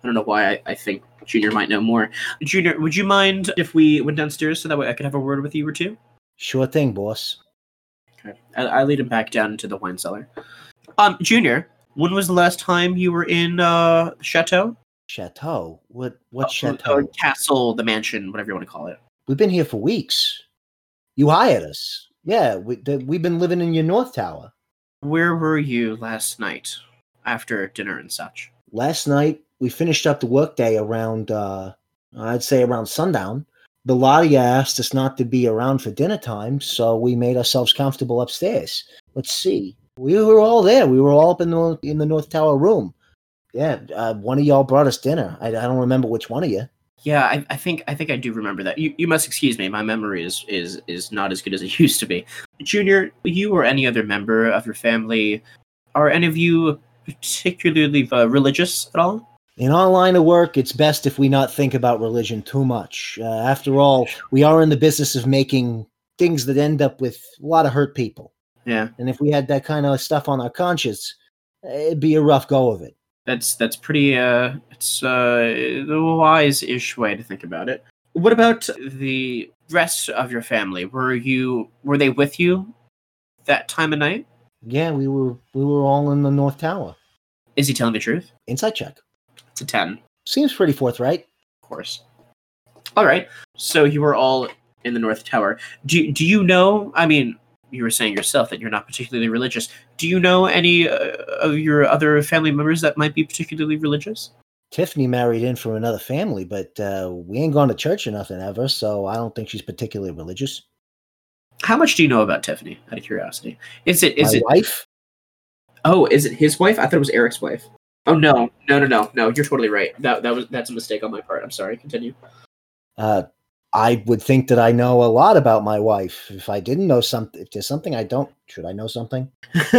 S3: I don't know why I, I think Junior might know more. Junior, would you mind if we went downstairs so that way I could have a word with you or two?
S2: Sure thing, boss.
S3: Okay. I, I lead him back down into the wine cellar. Um, Junior, when was the last time you were in uh chateau?
S2: Chateau. What what
S3: Uh,
S2: chateau?
S3: Or castle, the mansion, whatever you want to call it.
S2: We've been here for weeks. You hired us. Yeah, we, th- we've been living in your north tower.
S3: Where were you last night after dinner and such?
S2: last night we finished up the workday around uh i'd say around sundown the lottie asked us not to be around for dinner time so we made ourselves comfortable upstairs let's see we were all there we were all up in the in the north tower room yeah uh, one of y'all brought us dinner I, I don't remember which one of you
S3: Yeah, I, I think I think I do remember that. You, you must excuse me. My memory is, is is not as good as it used to be. Junior, you or any other member of your family, are any of you particularly uh, religious at all?
S2: in our line of work it's best if we not think about religion too much uh, after all we are in the business of making things that end up with a lot of hurt people
S3: Yeah,
S2: And if we had that kind of stuff on our conscience, it'd be a rough go of it.
S3: that's that's pretty. Uh, it's uh, the wise-ish way to think about it. What about the rest of your family? Were you were they with you that time of night?
S2: Yeah, we were we were all in the North Tower.
S3: Is he telling the truth?
S2: Inside check.
S3: It's a ten.
S2: Seems pretty forthright.
S3: Of course. All right. So you were all in the North Tower. Do do you know? I mean, you were saying yourself that you're not particularly religious. Do you know any uh, of your other family members that might be particularly religious?
S2: Tiffany married in from another family, but uh, we ain't gone to church or nothing ever, so I don't think she's particularly religious.
S3: How much do you know about Tiffany? Out of curiosity, is it is
S2: My
S3: it
S2: wife?
S3: oh is it his wife? I thought it was Eric's wife. Oh no no no no no! You're totally right. That that was that's a mistake on my part. I'm sorry. Continue.
S2: Uh, I would think that I know a lot about my wife. If I didn't know something, if there's something I don't, should I know something?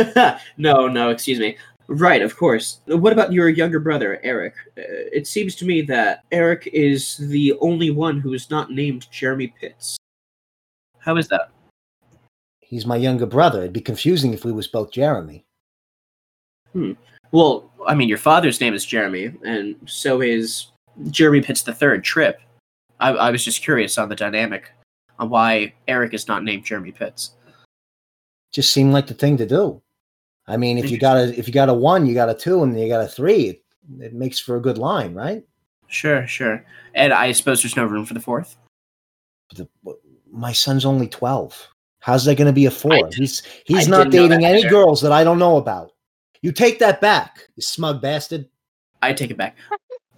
S3: no, no, excuse me. Right, of course. What about your younger brother, Eric? Uh, it seems to me that Eric is the only one who is not named Jeremy Pitts. How is that?
S2: He's my younger brother. It'd be confusing if we was both Jeremy.
S3: Well, I mean, your father's name is Jeremy, and so is Jeremy Pitts the third. Trip. I, I was just curious on the dynamic on why Eric is not named Jeremy Pitts.
S2: just seemed like the thing to do. I mean, if you got a if you got a one, you got a two, and you got a three, it, it makes for a good line, right?
S3: Sure, sure. And I suppose there's no room for the fourth.
S2: But the, but my son's only twelve. How's that going to be a four?
S3: did-
S2: He's he's
S3: I
S2: not
S3: didn't know
S2: dating
S3: that
S2: any
S3: either.
S2: girls that I don't know about. You take that back, you smug bastard.
S3: I take it back.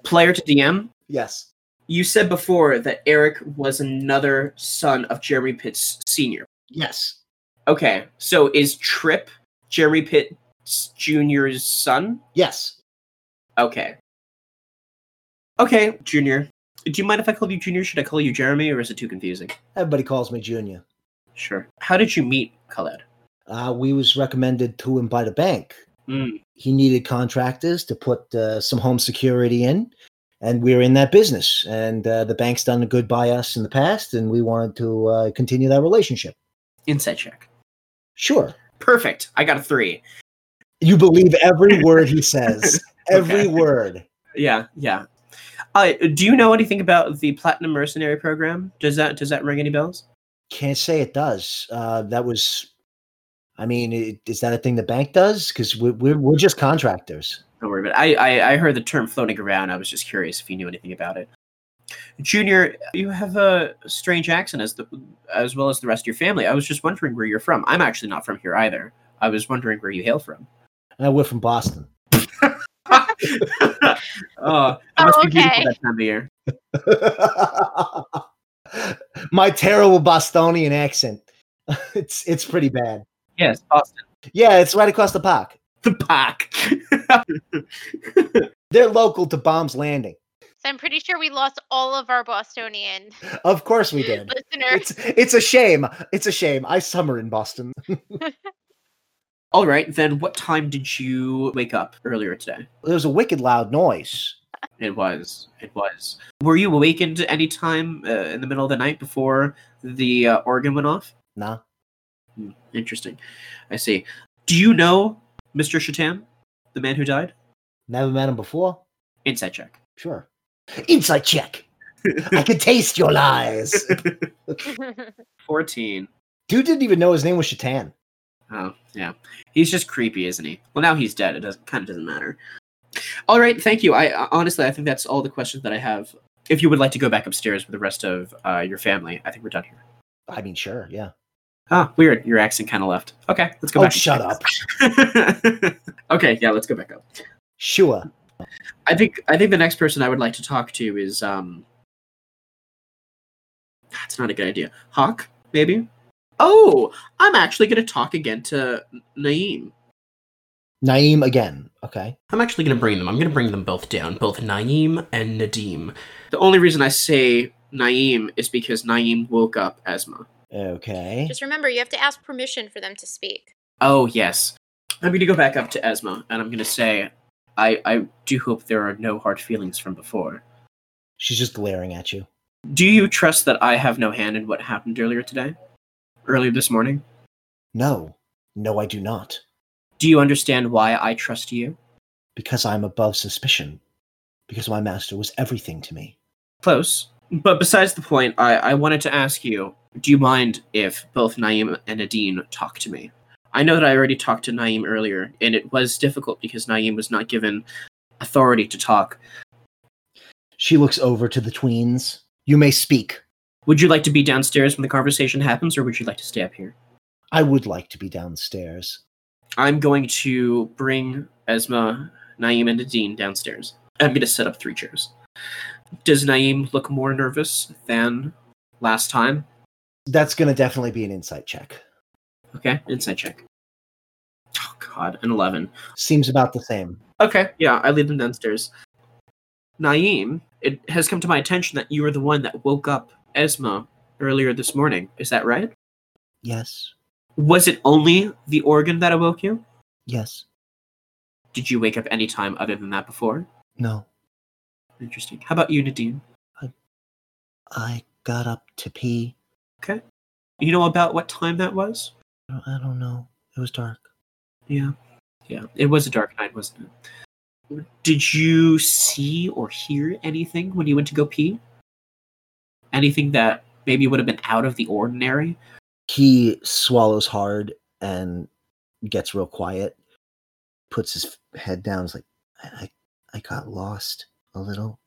S3: Player to DM,
S2: Yes,
S3: You said before that Eric was another son of Jeremy Pitts Sr.
S2: yes,
S3: Okay, so is Trip Jeremy Pitts Jr.'s son?
S2: yes.
S3: Okay. Okay, Junior. Do you mind if I call you Junior? Should I call you Jeremy or is it too confusing?
S2: Everybody calls me Junior.
S3: Sure. How did you meet Khaled?
S2: Uh, we was recommended to him by the bank.
S3: Mm.
S2: He needed contractors to put uh, some home security in, and we're in that business. And uh, the bank's done good by us in the past, and we wanted to uh, continue that relationship.
S3: Insight check.
S2: Sure.
S3: Perfect. I got a three.
S2: You believe every word he says, every
S3: Okay.
S2: word.
S3: Yeah, yeah. Uh, do you know anything about the Platinum Mercenary program? Does that does that ring any bells?
S2: Can't say it does. Uh, that was, I mean, i- is that a thing the bank does? Because we're, we're, we're just contractors.
S3: Don't worry about it. I, I I heard the term floating around. I was just curious if you knew anything about it. Junior, you have a strange accent as the as well as the rest of your family. I was just wondering where you're from. I'm actually not from here either. I was wondering where you hail from.
S2: Uh, we're from Boston.
S3: oh, it Uh, must be
S5: okay.
S3: beautiful that time of year.
S2: My terrible Bostonian accent. It's it's pretty bad.
S3: Yes, Boston.
S2: Yeah, it's right across the park.
S3: The pack.
S2: They're local to Bombs Landing.
S5: So I'm pretty sure we lost all of our Bostonian
S2: Of course we did. It's
S5: listeners.
S2: it's a shame. It's a shame. I summer in Boston.
S3: All right, then what time did you wake up earlier today?
S2: There was a wicked loud noise.
S3: It was. It was. Were you awakened any time uh, in the middle of the night before the uh, organ went off?
S2: Nah.
S3: Hmm, Interesting. I see. Do you know Mr. Shatam, the man who died?
S2: Never met him before.
S3: Insight check.
S2: Sure. Inside check. I can taste your lies.
S3: 14.
S2: Dude didn't even know his name was Shatan.
S3: Oh, yeah. He's just creepy, isn't he? Well, now he's dead. It doesn't kind of doesn't matter. All right, thank you. I uh, honestly, I think that's all the questions that I have. If you would like to go back upstairs with the rest of uh, your family, I think we're done here.
S2: I mean, sure, yeah.
S3: Ah, weird. Your accent kind of left. Okay, let's go
S2: oh,
S3: back.
S2: shut up.
S3: okay, yeah, let's go back up.
S2: Sure.
S3: I think I think the next person I would like to talk to is um. That's not a good idea. Hawk, maybe. Oh, I'm actually going to talk again to Naeem.
S2: Naeem again. Okay.
S3: I'm actually going to bring them. I'm going to bring them both down, both Naeem and Nadim. The only reason I say Naeem is because Naeem woke up Esma.
S2: Okay.
S8: Just remember, you have to ask permission for them to speak.
S3: Oh, yes. I'm going to go back up to Esma and I'm going to say, I, I do hope there are no hard feelings from before.
S2: She's just glaring at you.
S3: Do you trust that I have no hand in what happened earlier today? Earlier this morning?
S2: No. No, I do not.
S3: Do you understand why I trust you?
S2: Because I'm above suspicion. Because my master was everything to me.
S3: Close. But besides the point, I, I wanted to ask you do you mind if both Naeem and Nadine talk to me? I know that I already talked to Naeem earlier, and it was difficult because Naeem was not given authority to talk.
S2: She looks over to the tweens. You may speak.
S3: Would you like to be downstairs when the conversation happens, or would you like to stay up here?
S2: I would like to be downstairs.
S3: I'm going to bring Esma, Naeem, and Nadine downstairs. I'm going to set up three chairs. Does Naeem look more nervous than last time?
S2: That's going to definitely be an insight check.
S3: Okay, insight check. Oh, God, an 11.
S2: Seems about the same.
S3: Okay, yeah, I lead them downstairs. Naeem, it has come to my attention that you were the one that woke up Esma earlier this morning. Is that right?
S2: Yes.
S3: Was it only the organ that awoke you?
S2: Yes.
S3: Did you wake up any time other than that before?
S2: No.
S3: Interesting. How about you, Nadine?
S2: I got up to pee.
S3: You know about what time that was?
S2: I don't- I don't know. It was dark.
S3: Yeah. Yeah, it was a dark night, wasn't it? Did you see or hear anything when you went to go pee? Anything that maybe would have been out of the ordinary?
S2: He swallows hard and gets real quiet. Puts his head down. Is like, I, I, I got lost a little.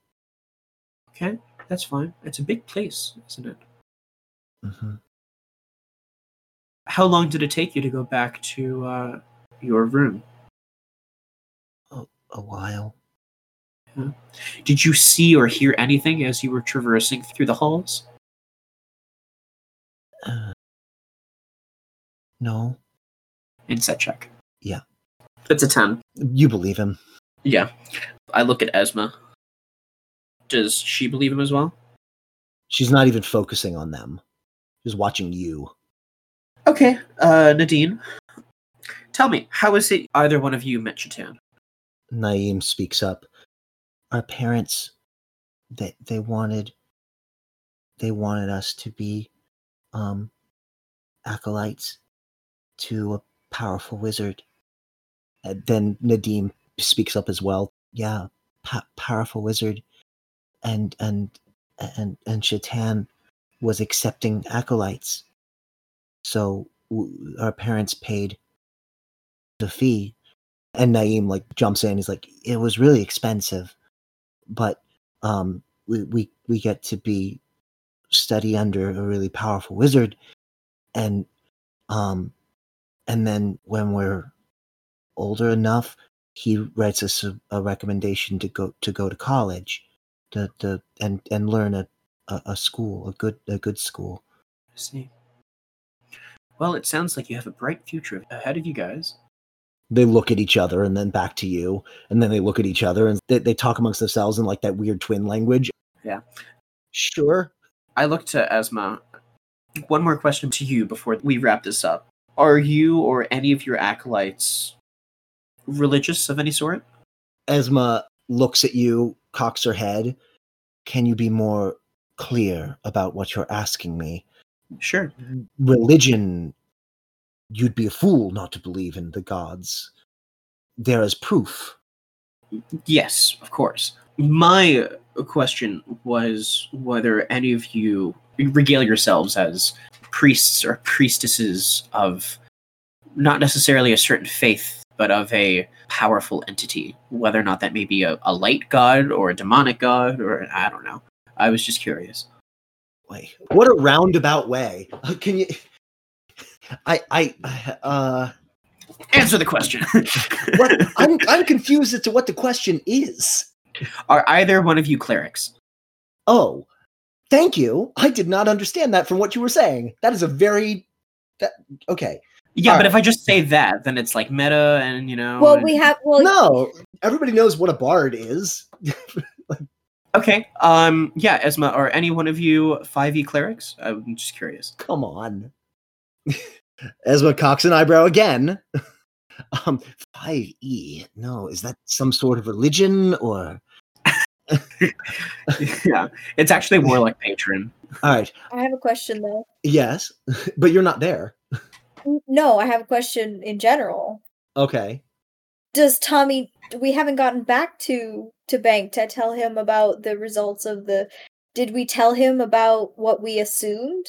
S3: Okay, that's fine. It's a big place, isn't it?
S2: hmm
S3: How long did it take you to go back to uh, your room?
S2: A while.
S3: Did you see or hear anything as you were traversing through the halls?
S2: Uh, no.
S3: Insight check.
S2: Yeah.
S3: It's a 10.
S2: You believe him.
S3: Yeah. I look at Esma. Does she believe him as well?
S2: She's not even focusing on them. She's watching you.
S3: Okay, uh, Nadine. Tell me, how is it either one of you met Chatan?
S2: Naeem speaks up. Our parents they they wanted they wanted us to be um acolytes to a powerful wizard. And then Nadim speaks up as well. Yeah, pa- powerful wizard and and and and Shatan was accepting acolytes. So w- our parents paid the fee, and Naeem like jumps in. He's like, it was really expensive, but um, we we we get to be study under a really powerful wizard, and um, and then when we're older enough, he writes us a, a recommendation to go to go to college, to, to and and learn a, a a school, a good a good school.
S3: I see. Well, it sounds like you have a bright future ahead of you guys.
S2: they look at each other and then back to you and then they look at each other and they, they talk amongst themselves in like that weird twin language
S3: Yeah.
S2: sure
S3: I look to Asma. One more question to you before we wrap this up. Are you or any of your acolytes religious of any sort?
S2: esma looks at you cocks her head can you be more clear about what you're asking me
S3: Sure.
S2: religion you'd be a fool not to believe in the gods there is proof
S3: Yes, of course. My question was whether any of you regale yourselves as priests or priestesses of not necessarily a certain faith, but of a powerful entity, whether or not that may be a, a light god or a demonic god, or I don't know. I was just curious.
S2: like what a roundabout way Uh, can you i i uh
S3: Answer the question.
S2: what I'm, I'm confused as to what the question is
S3: Are either one of you clerics?
S2: Oh, thank you. I did not understand that from what you were saying. That is a very that okay.
S3: Yeah,
S2: All
S3: but
S2: right.
S3: if I just say that, then it's like meta and, you know.
S10: Well,
S3: and-
S10: we have. Well,
S2: Um, No, everybody knows what a bard is.
S3: Okay. Um. Yeah, Esma, are any one of you five E clerics? I'm just curious.
S2: Come on. Esma cocks an eyebrow again. um, five E. No, is that some sort of religion or?
S3: yeah, it's actually warlock patron.
S2: All right.
S10: I have a question though.
S2: Yes, but you're not there.
S10: N- No, I have a question in general.
S2: Okay.
S10: Does Tommy? We haven't gotten back to to Bank to tell him about the results of the. Did we tell him about what we assumed?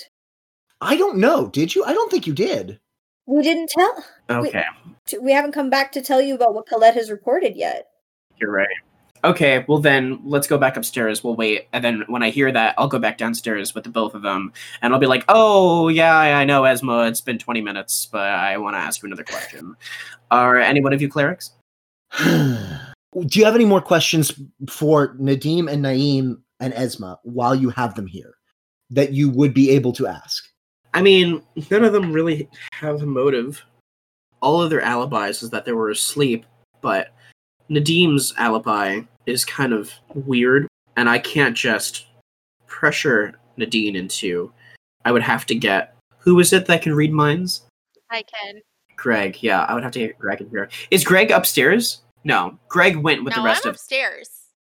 S2: I don't know. Did you? I don't think you did.
S10: We didn't tell.
S3: Okay,
S10: t- We haven't come back to tell you about what Colette has reported yet.
S3: you're right. Okay, well then let's go back upstairs. We'll wait, and then when I hear that, I'll go back downstairs with the both of them, and I'll be like, "Oh yeah, I know Esma. It's been 20 minutes, but I want to ask you another question. Are any one of you clerics?
S2: Do you have any more questions for Nadim and Naeem and Esma while you have them here that you would be able to ask?
S3: I mean, none of them really have a motive. All of their alibis is that they were asleep, but Nadim's alibi is kind of weird, and I can't just pressure Nadine into. I would have to get who is it that can read minds?
S5: I can.
S3: Greg. Yeah, I would have to get Greg in here. Is Greg upstairs? No, Greg went with
S5: no,
S3: the rest
S5: I'm
S3: of.
S5: upstairs.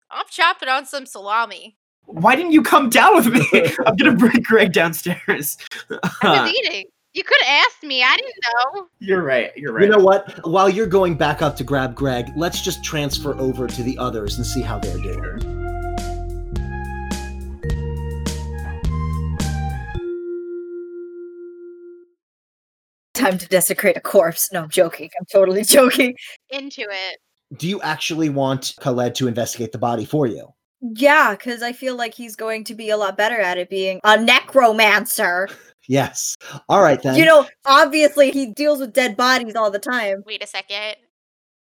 S5: I'm chopping on some salami.
S3: Why didn't you come down with me? I'm gonna bring Greg downstairs.
S5: I was eating. You could have asked me. I didn't know.
S3: you're right. You're right.
S2: You know what? While you're going back up to grab Greg, let's just transfer over to the others and see how they're doing.
S7: Time to desecrate a corpse. No, I'm joking. I'm totally joking.
S5: Into it.
S2: Do you actually want Khaled to investigate the body for you?
S7: Yeah, because I feel like he's going to be a lot better at it being a necromancer.
S2: Yes. All right then.
S7: You know, obviously he deals with dead bodies all the time.
S5: Wait a second.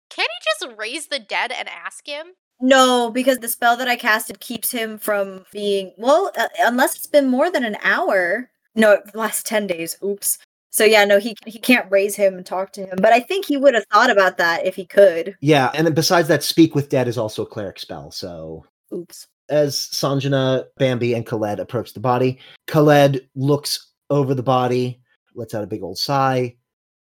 S5: Can he just raise the dead and ask him?
S7: No, because the spell that I casted keeps him from being well, uh, unless it's been more than an hour. No, it last ten days. Oops. So yeah, no, he he can't raise him and talk to him. But I think he would have thought about that if he could.
S2: yeah, and then besides that, speak with dead is also a cleric spell. So
S7: Oops.
S2: as Sanjana, Bambi, and Khaled approach the body, Khaled looks over the body, lets out a big old sigh,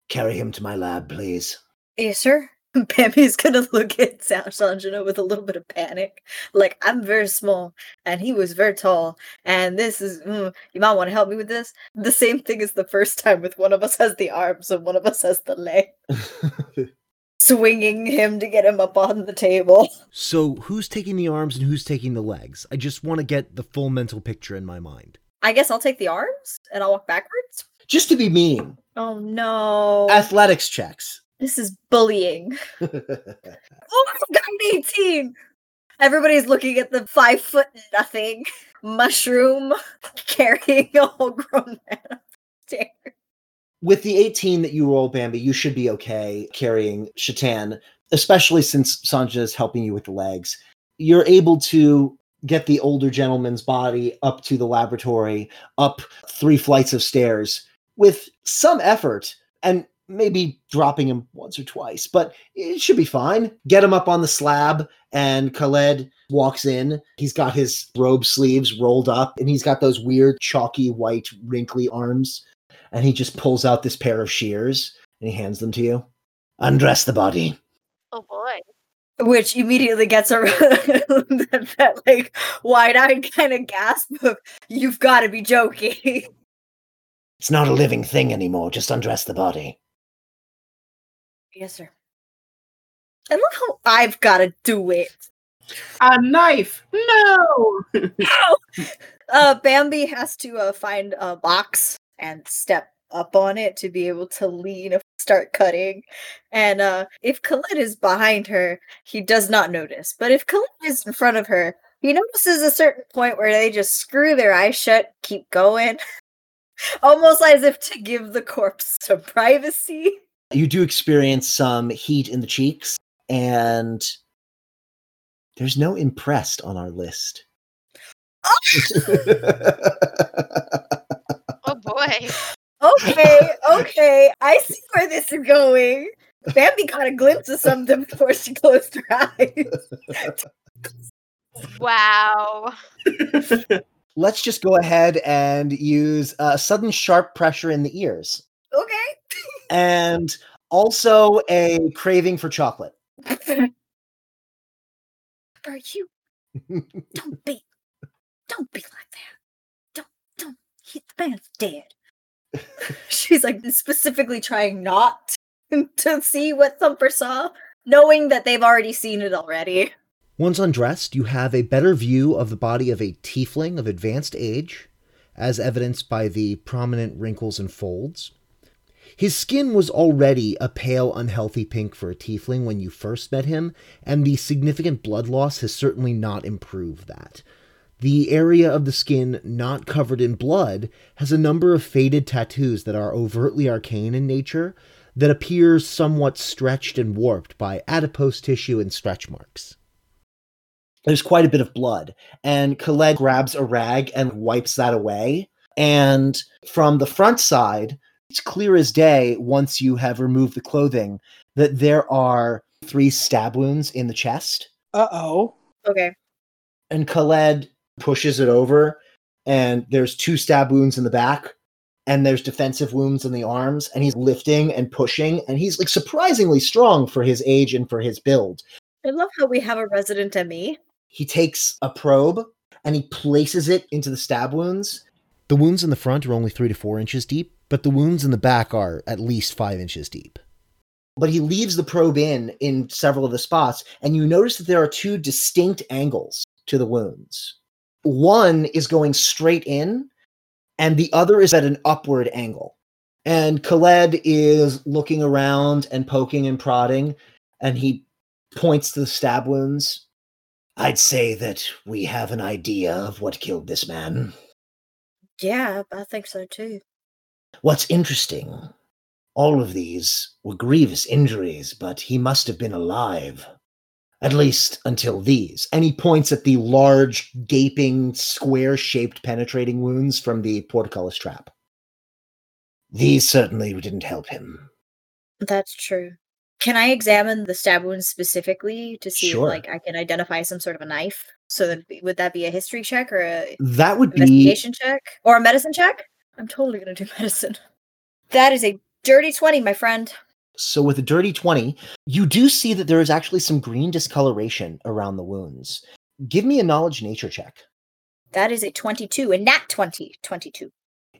S2: Carry him to my lab, please.
S7: Yes, sir. Pammy's gonna look at Sal- Sanjana with a little bit of panic. Like, I'm very small, and he was very tall, and this is, mm, you might want to help me with this. The same thing as the first time with one of us has the arms and one of us has the leg, swinging him to get him up on the table.
S11: So, who's taking the arms and who's taking the legs? I just want to get the full mental picture in my mind.
S7: I guess I'll take the arms and I'll walk backwards.
S2: Just to be mean,
S7: Oh no.
S2: athletics checks.
S7: this is bullying. Oh, I got an 18. Everybody's looking at the five foot nothing mushroom carrying a whole grown man upstairs.
S2: With the 18 that you roll, Bambi, you should be okay carrying Shatan, especially since Sanjana is helping you with the legs. You're able to get the older gentleman's body up to the laboratory, up three flights of stairs with some effort and maybe dropping him once or twice, but it should be fine. Get him up on the slab, and Khaled walks in. He's got his robe sleeves rolled up, and he's got those weird, chalky, white, wrinkly arms and he just pulls out this pair of shears and he hands them to you. Undress the body.
S5: Oh boy.
S7: Which immediately gets around that, that like wide eyed kind of gasp of, you've got to be joking.
S2: It's not a living thing anymore. Just undress the body.
S7: yes, sir. And look how I've got to do it.
S3: A knife? No.
S7: uh, Bambi has to uh, find a box and step up on it to be able to lean and start cutting. And uh, if Khalid is behind her, he does not notice. But if Khalid is in front of her, he notices a certain point where they just screw their eyes shut, keep going, almost as if to give the corpse some privacy.
S2: You do experience some heat in the cheeks, and there's no impressed on our list.
S5: Oh boy.
S7: Okay, okay, I see where this is going. Bambi got a glimpse of something before she closed her eyes.
S5: Wow.
S2: Let's just go ahead and use uh, sudden sharp pressure in the ears
S7: Okay.
S2: and also a craving for chocolate.
S7: For you. Don't be. Don't be like that. Don't. Don't. He, the man's dead. She's like specifically trying not to see what Thumper saw, knowing that they've already seen it already.
S11: Once undressed, you have a better view of the body of a tiefling of advanced age, as evidenced by the prominent wrinkles and folds. His skin was already a pale, unhealthy pink for a tiefling when you first met him, and the significant blood loss has certainly not improved that. The area of the skin not covered in blood has a number of faded tattoos that are overtly arcane in nature that appear somewhat stretched and warped by adipose tissue and stretch marks.
S2: there's quite a bit of blood. And Khaled grabs a rag and wipes that away. And from the front side, it's clear as day once you have removed the clothing that there are three stab wounds in the chest.
S6: Uh oh.
S7: Okay.
S2: And Khaled pushes it over, and there's two stab wounds in the back, and there's defensive wounds in the arms. And he's lifting and pushing, and he's like surprisingly strong for his age and for his build.
S7: I love how we have a resident ME.
S2: he takes a probe and he places it into the stab wounds.
S11: The wounds in the front are only three to four inches deep, but the wounds in the back are at least five inches deep.
S2: But he leaves the probe in in several of the spots, and you notice that there are two distinct angles to the wounds. One is going straight in, and the other is at an upward angle. And Khaled is looking around and poking and prodding, and he points to the stab wounds. I'd say that we have an idea of what killed this man.
S7: Yeah, I think so too.
S2: What's interesting, all of these were grievous injuries, but he must have been alive. At least until these. And he points at the large, gaping, square shaped penetrating wounds from the portcullis trap. These certainly didn't help him.
S7: That's true. Can I examine the stab wounds specifically to see
S2: Sure.
S7: if like I can identify some sort of a knife? So that would that be a history check or a
S2: That would be
S7: investigation check or a medicine check. I'm totally gonna do medicine. That is a Dirty 20, my friend.
S2: So with a dirty 20, you do see that there is actually some green discoloration around the wounds. Give me a knowledge nature check.
S7: That is a 22, and that 20, 22.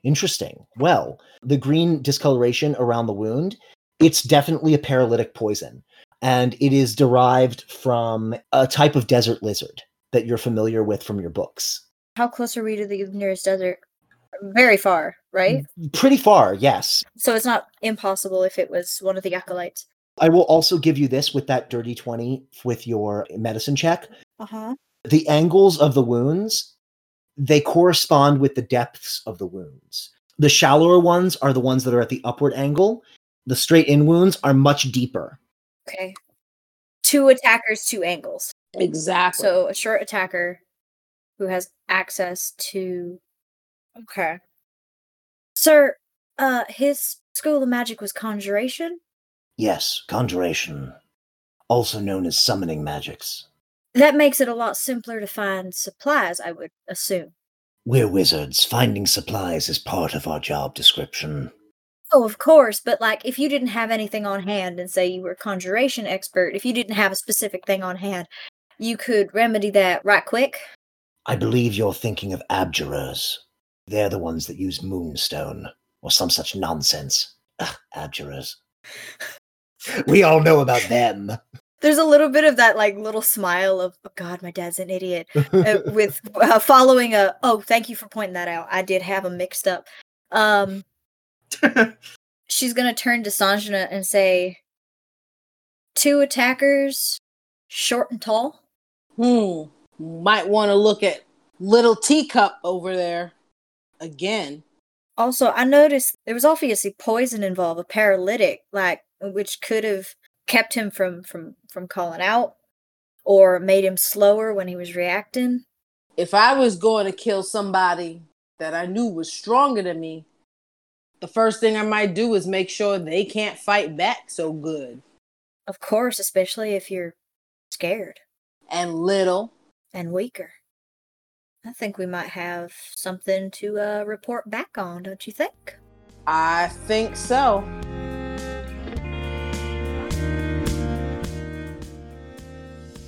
S2: Interesting. Well, the green discoloration around the wound, it's definitely a paralytic poison. And it is derived from a type of desert lizard that you're familiar with from your books.
S7: How close are we to the nearest desert? Very far, right?
S2: Pretty far, yes.
S7: So it's not impossible if it was one of the acolytes.
S2: I will also give you this with that dirty 20 with your medicine check.
S7: Uh huh.
S2: The angles of the wounds, they correspond with the depths of the wounds. The shallower ones are the ones that are at the upward angle. The straight in wounds are much deeper.
S7: Okay. Two attackers, two angles.
S6: Exactly.
S7: So a short attacker who has access to. Okay. Sir, uh, his school of magic was conjuration.
S9: Yes, conjuration, also known as summoning magics.
S7: That makes it a lot simpler to find supplies, I would assume.
S9: We're wizards. Finding supplies is part of our job description.
S7: Oh, of course, but like if you didn't have anything on hand and say you were a conjuration expert, if you didn't have a specific thing on hand, you could remedy that right quick.
S9: I believe you're thinking of abjurers. They're the ones that use moonstone or some such nonsense. Ugh, abjurers. we all know about them.
S7: There's a little bit of that like little smile of oh god, my dad's an idiot uh, with uh, following a oh, thank you for pointing that out. I did have them mixed up. Um she's going to turn to Sanjana and say two attackers, short and tall.
S6: Hmm. Might want to look at little teacup over there again.
S7: Also, I noticed there was obviously poison involved, a paralytic, like which could have kept him from from from calling out or made him slower when he was reacting.
S6: If I was going to kill somebody that I knew was stronger than me, the first thing I might do is make sure they can't fight back so good.
S7: Of course, especially if you're scared
S6: And little,
S7: and weaker. I think we might have something to uh, report back on, don't you think?
S6: I think so.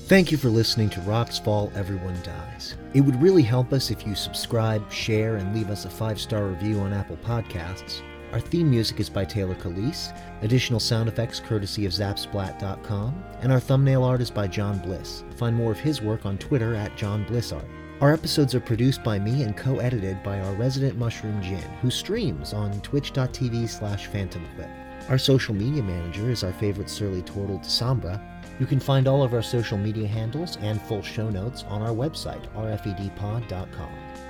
S11: Thank you for listening to Rocks Fall, Everyone Dies. It would really help us if you subscribe, share, and leave us a five star review on Apple Podcasts. Our theme music is by Taylor Calise, additional sound effects courtesy of Zapsplat.com, and our thumbnail art is by John Bliss. Find more of his work on Twitter at John Bliss Art. Our episodes are produced by me and co-edited by our resident Mushroom Jin, who streams on twitch.tv slash phantomquip. Our social media manager is our favorite surly turtle, Sambra. You can find E all of our social media handles and full show notes on our website, rfedpod.com.